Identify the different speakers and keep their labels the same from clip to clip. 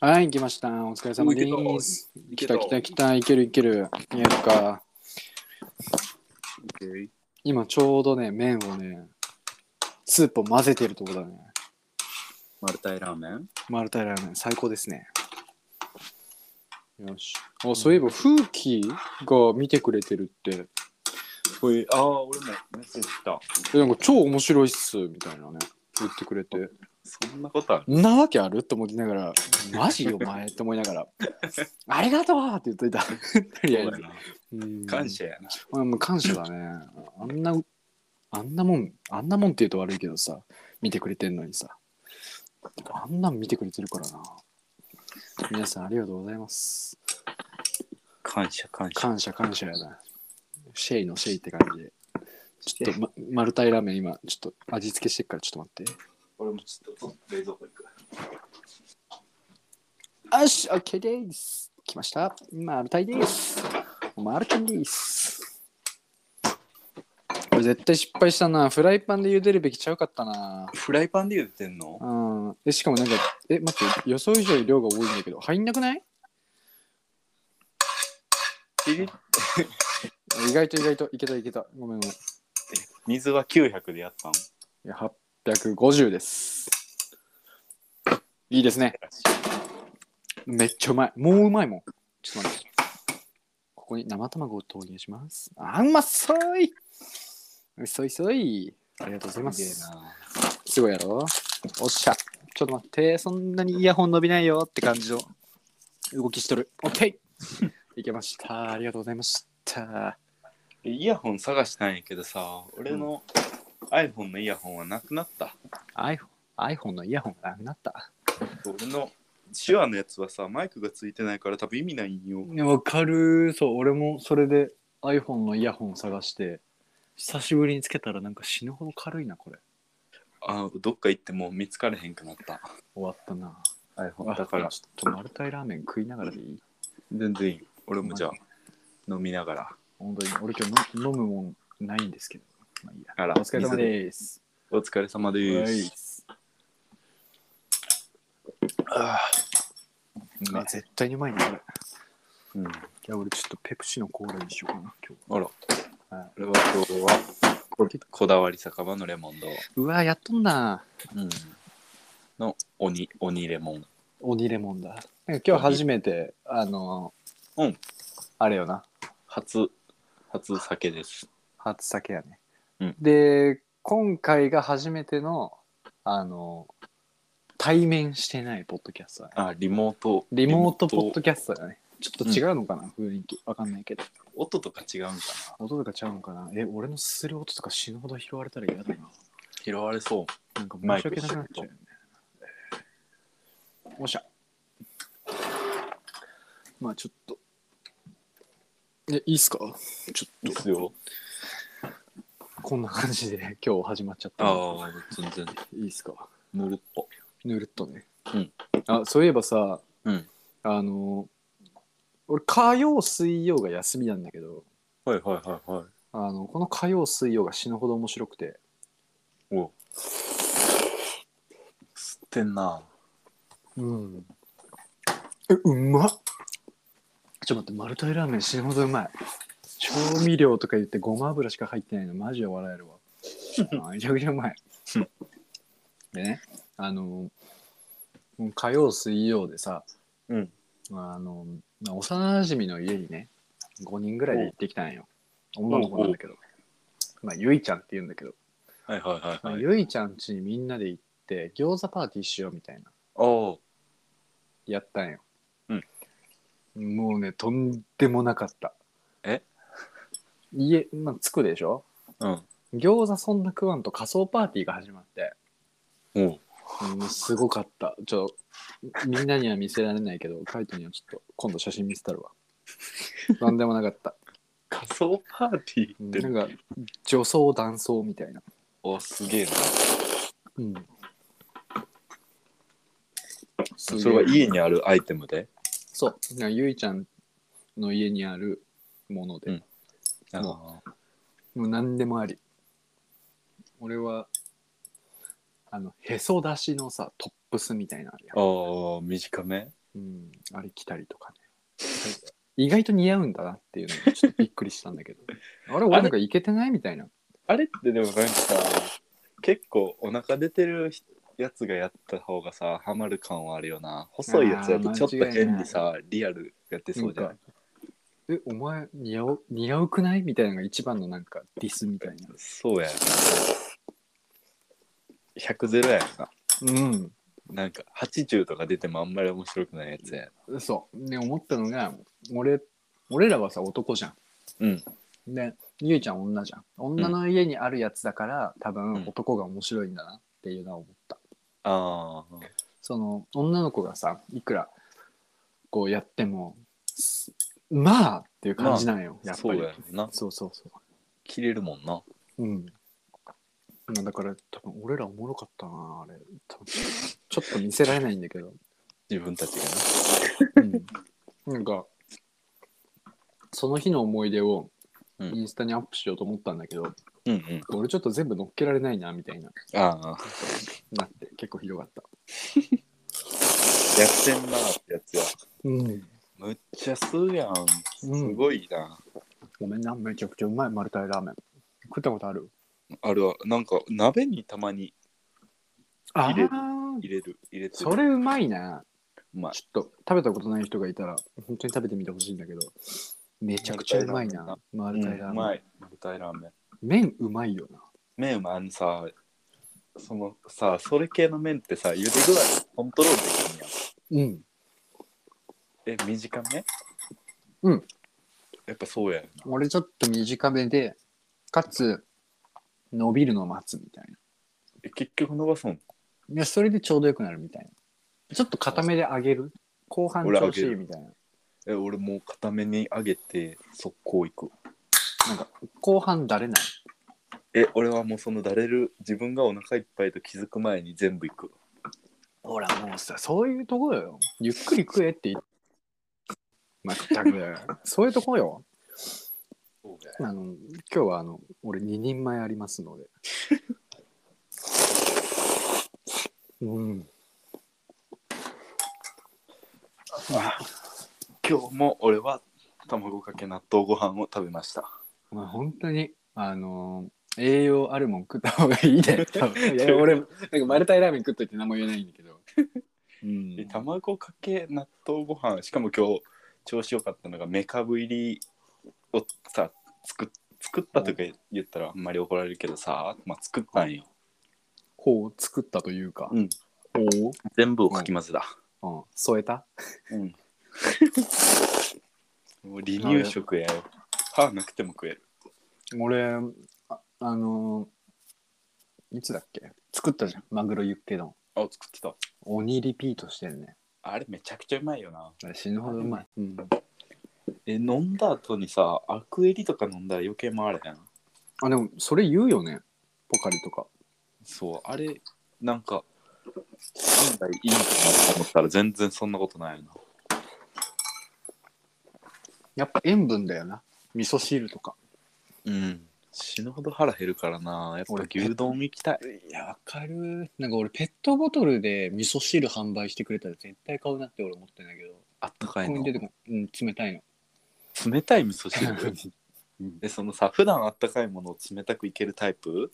Speaker 1: はい、行きました。お疲れ様です。
Speaker 2: い
Speaker 1: 来
Speaker 2: け
Speaker 1: た
Speaker 2: た
Speaker 1: 来た来た、いけるいける。見えるか。今ちょうどね、麺をね、スープを混ぜてるとこだね。
Speaker 2: マルタイラーメン
Speaker 1: マルタイラーメン、最高ですね。よし。あ、そういえば、風紀が見てくれてるって、
Speaker 2: これああ、俺もメッセージ来た。
Speaker 1: えなんか超面白いっす、みたいなね、言ってくれて。
Speaker 2: そんなことある
Speaker 1: んなわけあると思いながら、マジよ、お前って思いながら、ありがとうって言っといた。 とりあえず。うん
Speaker 2: 感謝やな。
Speaker 1: まあ、もう感謝だね。あんな、あんなもん、あんなもんって言うと悪いけどさ、見てくれてんのにさ。あんなん見てくれてるからな。皆さんありがとうございます。
Speaker 2: 感謝、感謝。
Speaker 1: 感謝感謝やな。シェイのシェイって感じで。ちょっと、ま、マルタイラーメン今、ちょっと味付けしてっからちょっと待って。
Speaker 2: 俺もちょっと冷蔵庫行く。
Speaker 1: よし、OK です。来ました。マルタイです。マルタンです。これ絶対失敗したな。フライパンで茹でるべきちゃうかったな。
Speaker 2: フライパンで茹でてんの
Speaker 1: うん。え、しかもなんか、え、待って、予想以上に量が多いんだけど、入んなくない
Speaker 2: ピリッ
Speaker 1: 意外と意外といけたいけた。ごめんごめん。い
Speaker 2: 水は900でやったの
Speaker 1: や、850です。いいですね。めっちゃうまい。もううまいもん。ちょっと待って。ここに生卵を投入します。あ、うまそういうそいそい。ありがとうございます
Speaker 2: げえ
Speaker 1: す。
Speaker 2: な。
Speaker 1: すごいやろおっしゃ。ちょっと待って、そんなにイヤホン伸びないよって感じの動きしとる。オッケーいけました。ありがとうございました。
Speaker 2: イヤホン探したんやけどさ、俺の iPhone のイヤホンはなくなった。
Speaker 1: iPhone, iPhone のイヤホンがなくなった。
Speaker 2: 俺の手話のやつはさ、マイクがついてないから多分意味ないんよ。
Speaker 1: わかる。そう、俺もそれで iPhone のイヤホン探して、久しぶりにつけたらなんか死ぬほど軽いな、これ。
Speaker 2: あーどっか行ってもう見つかれへんくなった。
Speaker 1: 終わったな。
Speaker 2: iPhone だから
Speaker 1: ちょっとマルタイラーメン食いながらでいい
Speaker 2: 全然いい。俺もじゃあ飲みながら。
Speaker 1: 本当に。俺今日の飲むもんないんですけど。まあいいや。
Speaker 2: あら
Speaker 1: お疲れ様です。
Speaker 2: お疲れ様です。あ
Speaker 1: まあ、絶対にうまいね、これ。
Speaker 2: ーうん、
Speaker 1: じゃあ俺ちょっとペプシのコーラにしようかな、今日。
Speaker 2: あら、
Speaker 1: はい
Speaker 2: 俺は今日はここだわり酒場のレモンド、
Speaker 1: うわ、やっとんな。
Speaker 2: うん、の鬼鬼レモン。
Speaker 1: 鬼レモンだ。なんか今日初めて、あの、
Speaker 2: うん。
Speaker 1: あれよな、
Speaker 2: 初、初酒です。
Speaker 1: 初酒やね。
Speaker 2: うん
Speaker 1: で、今回が初めての、あの、対面してないポッドキャストだね。
Speaker 2: あ、リモート。
Speaker 1: リモートポッドキャストだね。ちょっと違うのかな、雰囲気。わかんないけど。
Speaker 2: 音とか違うんかな
Speaker 1: 音とかちゃうんかな。え、俺のする音とか死ぬほど拾われたら嫌だな。
Speaker 2: 拾われそう。
Speaker 1: なんか申し訳なくなっちゃうよね。おっしゃ。まあちょっと。え、いいっすかちょ
Speaker 2: い
Speaker 1: っ
Speaker 2: いっ
Speaker 1: と、
Speaker 2: すよ。
Speaker 1: こんな感じで今日始まっちゃった。
Speaker 2: ああ、全然。
Speaker 1: いいっすか
Speaker 2: ぬるっぽ。
Speaker 1: ぬるっとね。
Speaker 2: うん
Speaker 1: あ、そういえばさ、
Speaker 2: うん。
Speaker 1: あの、俺火曜、水曜が休みなんだけど、
Speaker 2: はいはいはいはい。
Speaker 1: あの、この火曜、水曜が死ぬほど面白くて、
Speaker 2: お 吸ってんな。
Speaker 1: うん。え、うまっちょっと待って、マルタイラーメン死ぬほどうまい。調味料とか言ってごま油しか入ってないの、マジで笑えるわ。あめちゃくちゃうまい。でね、あの、もう火曜、水曜でさ、
Speaker 2: うん。
Speaker 1: あの、まあ幼馴染の家にね、5人ぐらいで行ってきたんよ。女の子なんだけど。まあ、ゆいちゃんって言うんだけど、
Speaker 2: はいはい
Speaker 1: ま
Speaker 2: はい
Speaker 1: あ、
Speaker 2: はい。
Speaker 1: ゆいちゃん家にみんなで行って、餃子パーティーしようみたいな。
Speaker 2: お
Speaker 1: やったんよ、もうねとんでもなかった
Speaker 2: え
Speaker 1: 家まあ着くでしょ
Speaker 2: うん。
Speaker 1: 餃子そんな食わんと仮装パーティーが始まって
Speaker 2: おう
Speaker 1: もうすごかったちょみんなには見せられないけどカイトにはちょっと今度写真見せたるわなんでもなかった
Speaker 2: 仮想パーティーって、
Speaker 1: なんか女装男装みたいな
Speaker 2: おすげえな
Speaker 1: うんそ
Speaker 2: それは家にあるアイテムで
Speaker 1: そうなんかゆいちゃんの家にあるもので、
Speaker 2: うんあ
Speaker 1: うん
Speaker 2: の
Speaker 1: もう何でもあり。俺は、あの、へそ出しのさ、トップスみたいなのあるやん
Speaker 2: あー短め
Speaker 1: うん、あれ着たりとかね。意外と似合うんだなっていうのがちょっとびっくりしたんだけど。 あれ、俺なんかいけてないみたいな。
Speaker 2: あれってでもなんかさ結構お腹出てる人やつがやった方がさハマる感はあるよな細いやつやとちょっと変にさリアルやってそうじゃない
Speaker 1: え、お前似合う、似合うくないみたいなのが一番のなんかディスみたいな。
Speaker 2: そうやな100ゼロやな
Speaker 1: うん。
Speaker 2: なんか80とか出てもあんまり面白くないやつや
Speaker 1: そう。で、思ったのが、俺、俺らはさ、男じゃん。
Speaker 2: うん
Speaker 1: で、ゆいちゃん女じゃん。女の家にあるやつだから、多分男が面白いんだなっていうのは思った。
Speaker 2: ああ
Speaker 1: その、女の子がさ、いくら、こうやっても、まあっていう感じなんよ、やっ
Speaker 2: そ
Speaker 1: ぱ
Speaker 2: う
Speaker 1: り。
Speaker 2: やろな
Speaker 1: そうそうそ
Speaker 2: 切れるもんな
Speaker 1: う。うん。まあだから、多分俺らおもろかったな、あれ。多分ちょっと見せられないんだけど。
Speaker 2: 自分たちがな
Speaker 1: うんなんかその日の思い出を
Speaker 2: うん
Speaker 1: インスタにアップしようと思ったんだけど、
Speaker 2: うんうん
Speaker 1: 俺ちょっと全部乗っけられないなみたいな
Speaker 2: ああ
Speaker 1: なって結構広がった
Speaker 2: やってんなってやつや
Speaker 1: うん
Speaker 2: むっちゃ吸うやんすごいな、
Speaker 1: ごめんなめちゃくちゃうまいマルタイラーメン食ったことある
Speaker 2: あるわなんか鍋にたまに
Speaker 1: あ
Speaker 2: 入れる
Speaker 1: ー
Speaker 2: 入れる入れてる
Speaker 1: それうまいな
Speaker 2: うまい
Speaker 1: ちょっと食べたことない人がいたら本当に食べてみてほしいんだけどめちゃくちゃうまいなマルタイラ
Speaker 2: う
Speaker 1: ーメン、
Speaker 2: まい舞台ラーメン
Speaker 1: 麺うまいよな
Speaker 2: 麺うまいあのさそのさそれ系の麺ってさ茹で具合コントロールできるんや
Speaker 1: うん
Speaker 2: え短め
Speaker 1: うん
Speaker 2: やっぱそうやよな
Speaker 1: 俺ちょっと短めでかつ伸びるの待つみたいな
Speaker 2: え結局伸ばすの
Speaker 1: いや、それでちょうどよくなるみたいな。ちょっと固めで上げる。後半調子いいみたいな。
Speaker 2: え俺もう固めに上げて速攻行く
Speaker 1: なんか、後半だれない。
Speaker 2: え俺はもうそのだれる自分がお腹いっぱいと気づく前に全部行く
Speaker 1: ほら、もうさ、そういうとこよ。ゆっくり食えって言っまったく。そういうとこよ。
Speaker 2: そうや
Speaker 1: あの、今日はあの、俺2人前ありますので。 うん。
Speaker 2: あ今日も俺は卵かけ納豆ご飯を食べました。
Speaker 1: まあ、本当に、あの栄養あるもん食った方がいいで。多分いや、俺、なんか、マルタイラーメン食っといて何も言えないんだけど。うん
Speaker 2: で卵かけ納豆ご飯しかも今日調子良かったのがメカブ入りをさ作っ作ったとか言ったらあんまり怒られるけどさ、まあ、作ったんよ
Speaker 1: 方を作ったというか、
Speaker 2: うん
Speaker 1: 方
Speaker 2: 全部をかき混ぜだ、
Speaker 1: を、うん、添えた
Speaker 2: うん、もう離乳食やよ歯なくても食える
Speaker 1: 俺ああのーいつだっけ作ったじゃんマグロユッケ丼
Speaker 2: あ作ってた
Speaker 1: 鬼リピートしてるね
Speaker 2: あれめちゃくちゃうまいよな
Speaker 1: あれ死ぬほどうまい、うん、
Speaker 2: え飲んだ後にさアクエリとか飲んだら余計回れへん
Speaker 1: あでもそれ言うよねポカリとか
Speaker 2: そうあれなんか案外いいのかなと思ったら全然そんなことないよな
Speaker 1: やっぱ塩分だよな味噌汁とか
Speaker 2: うん。死ぬほど腹減るからな。やっぱ
Speaker 1: 俺
Speaker 2: 牛丼行きたい。
Speaker 1: いやわかるなんか俺ペットボトルで味噌汁販売してくれたら絶対買うなって俺思ってんだけど
Speaker 2: あったかい
Speaker 1: ここ
Speaker 2: の
Speaker 1: に。出てこうん冷たいの
Speaker 2: 冷たい味噌汁 え、そのさ、普段あったかいものを冷たくいけるタイプ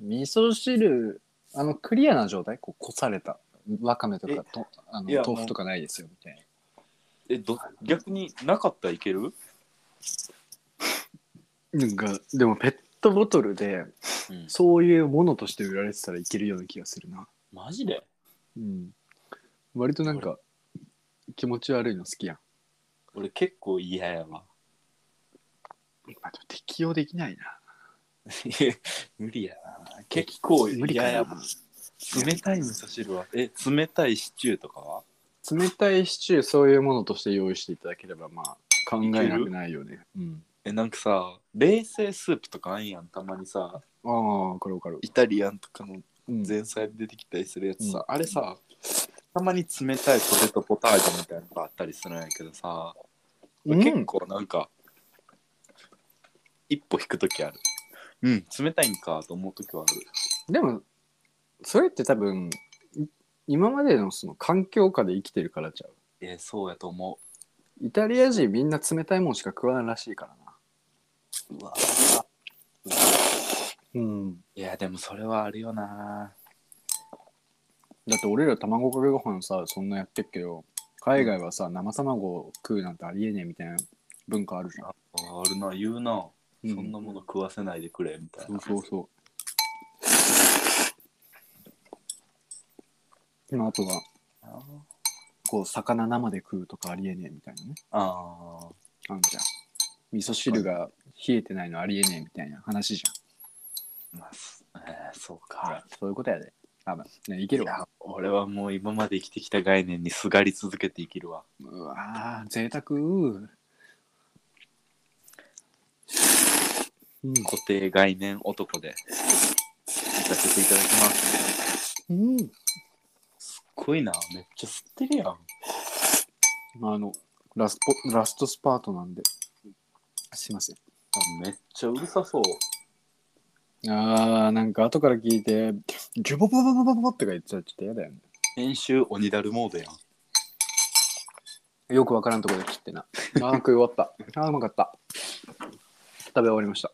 Speaker 1: 味噌汁あのクリアな状態こうこされたわかめと
Speaker 2: え
Speaker 1: かとあの
Speaker 2: いや
Speaker 1: 豆腐とかないですよみたいな
Speaker 2: え、ど逆になかったらいける
Speaker 1: なんかでもペットボトルで
Speaker 2: うん。
Speaker 1: そういうものとして売られてたらいけるような気がするな
Speaker 2: マジで
Speaker 1: うん割となんか気持ち悪いの好きやん、
Speaker 2: 俺結構嫌やわ。
Speaker 1: まあ、でも適用できないな
Speaker 2: 無理やな。結構
Speaker 1: 無理か
Speaker 2: 嫌やわ
Speaker 1: な。
Speaker 2: 冷たい味噌汁は。え、冷たいシチューとかは
Speaker 1: 冷たいシチューそういうものとして用意していただければまあ考えなくないよねうん
Speaker 2: え、なんかさ、冷製スープとかあんやん。たまにさ、
Speaker 1: ああこれわかる、
Speaker 2: イタリアンとかの
Speaker 1: うん、
Speaker 2: 前菜で出てきたりするやつさ、
Speaker 1: う
Speaker 2: あれさたまに冷たいポテトポタージュみたいなのがあったりするんやけどさ、
Speaker 1: うん
Speaker 2: 結構なんか一歩引く時あるうん冷たいんかと思う時はある
Speaker 1: でもそれって多分い今までのその環境下で生きてるからちゃう
Speaker 2: えーそうやと思
Speaker 1: イタリア人みんな冷たいもんしか食わんらしいからな
Speaker 2: ううわ
Speaker 1: うん
Speaker 2: いやでもそれはあるよな
Speaker 1: だって俺ら卵かけご飯さそんなやってっけど海外はさ生卵を食うなんてありえねえみたいな文化あるじゃん、
Speaker 2: あるな言うな、そんなも
Speaker 1: の
Speaker 2: の食わせないでくれみたい
Speaker 1: そう
Speaker 2: な
Speaker 1: そうそうまああとはこう魚生で食うとかありえねえみたいなね
Speaker 2: あー
Speaker 1: あんじゃん味噌汁が冷えてないのありえねえみたいな話じ
Speaker 2: まあ、すえーそう
Speaker 1: ゃん、
Speaker 2: か
Speaker 1: そういうことやで多分ねい
Speaker 2: い
Speaker 1: けるわ
Speaker 2: や俺はもう今まで生きてきた概念にすがり続けて生きるわ
Speaker 1: うわー贅沢うん
Speaker 2: 固定概念男で行かせていただきます
Speaker 1: うん
Speaker 2: すっごいなめっちゃ吸ってるやん
Speaker 1: あのラスポラストスパートなんですいません
Speaker 2: めっちゃうるさそう
Speaker 1: あーなんか後から聞いてジュボボボボボボボってか言ってたらちょっと嫌だよね
Speaker 2: 編集鬼だるモードやん
Speaker 1: よくわからんところで切ってなあー食い終わったあーうまかった食べ終わりました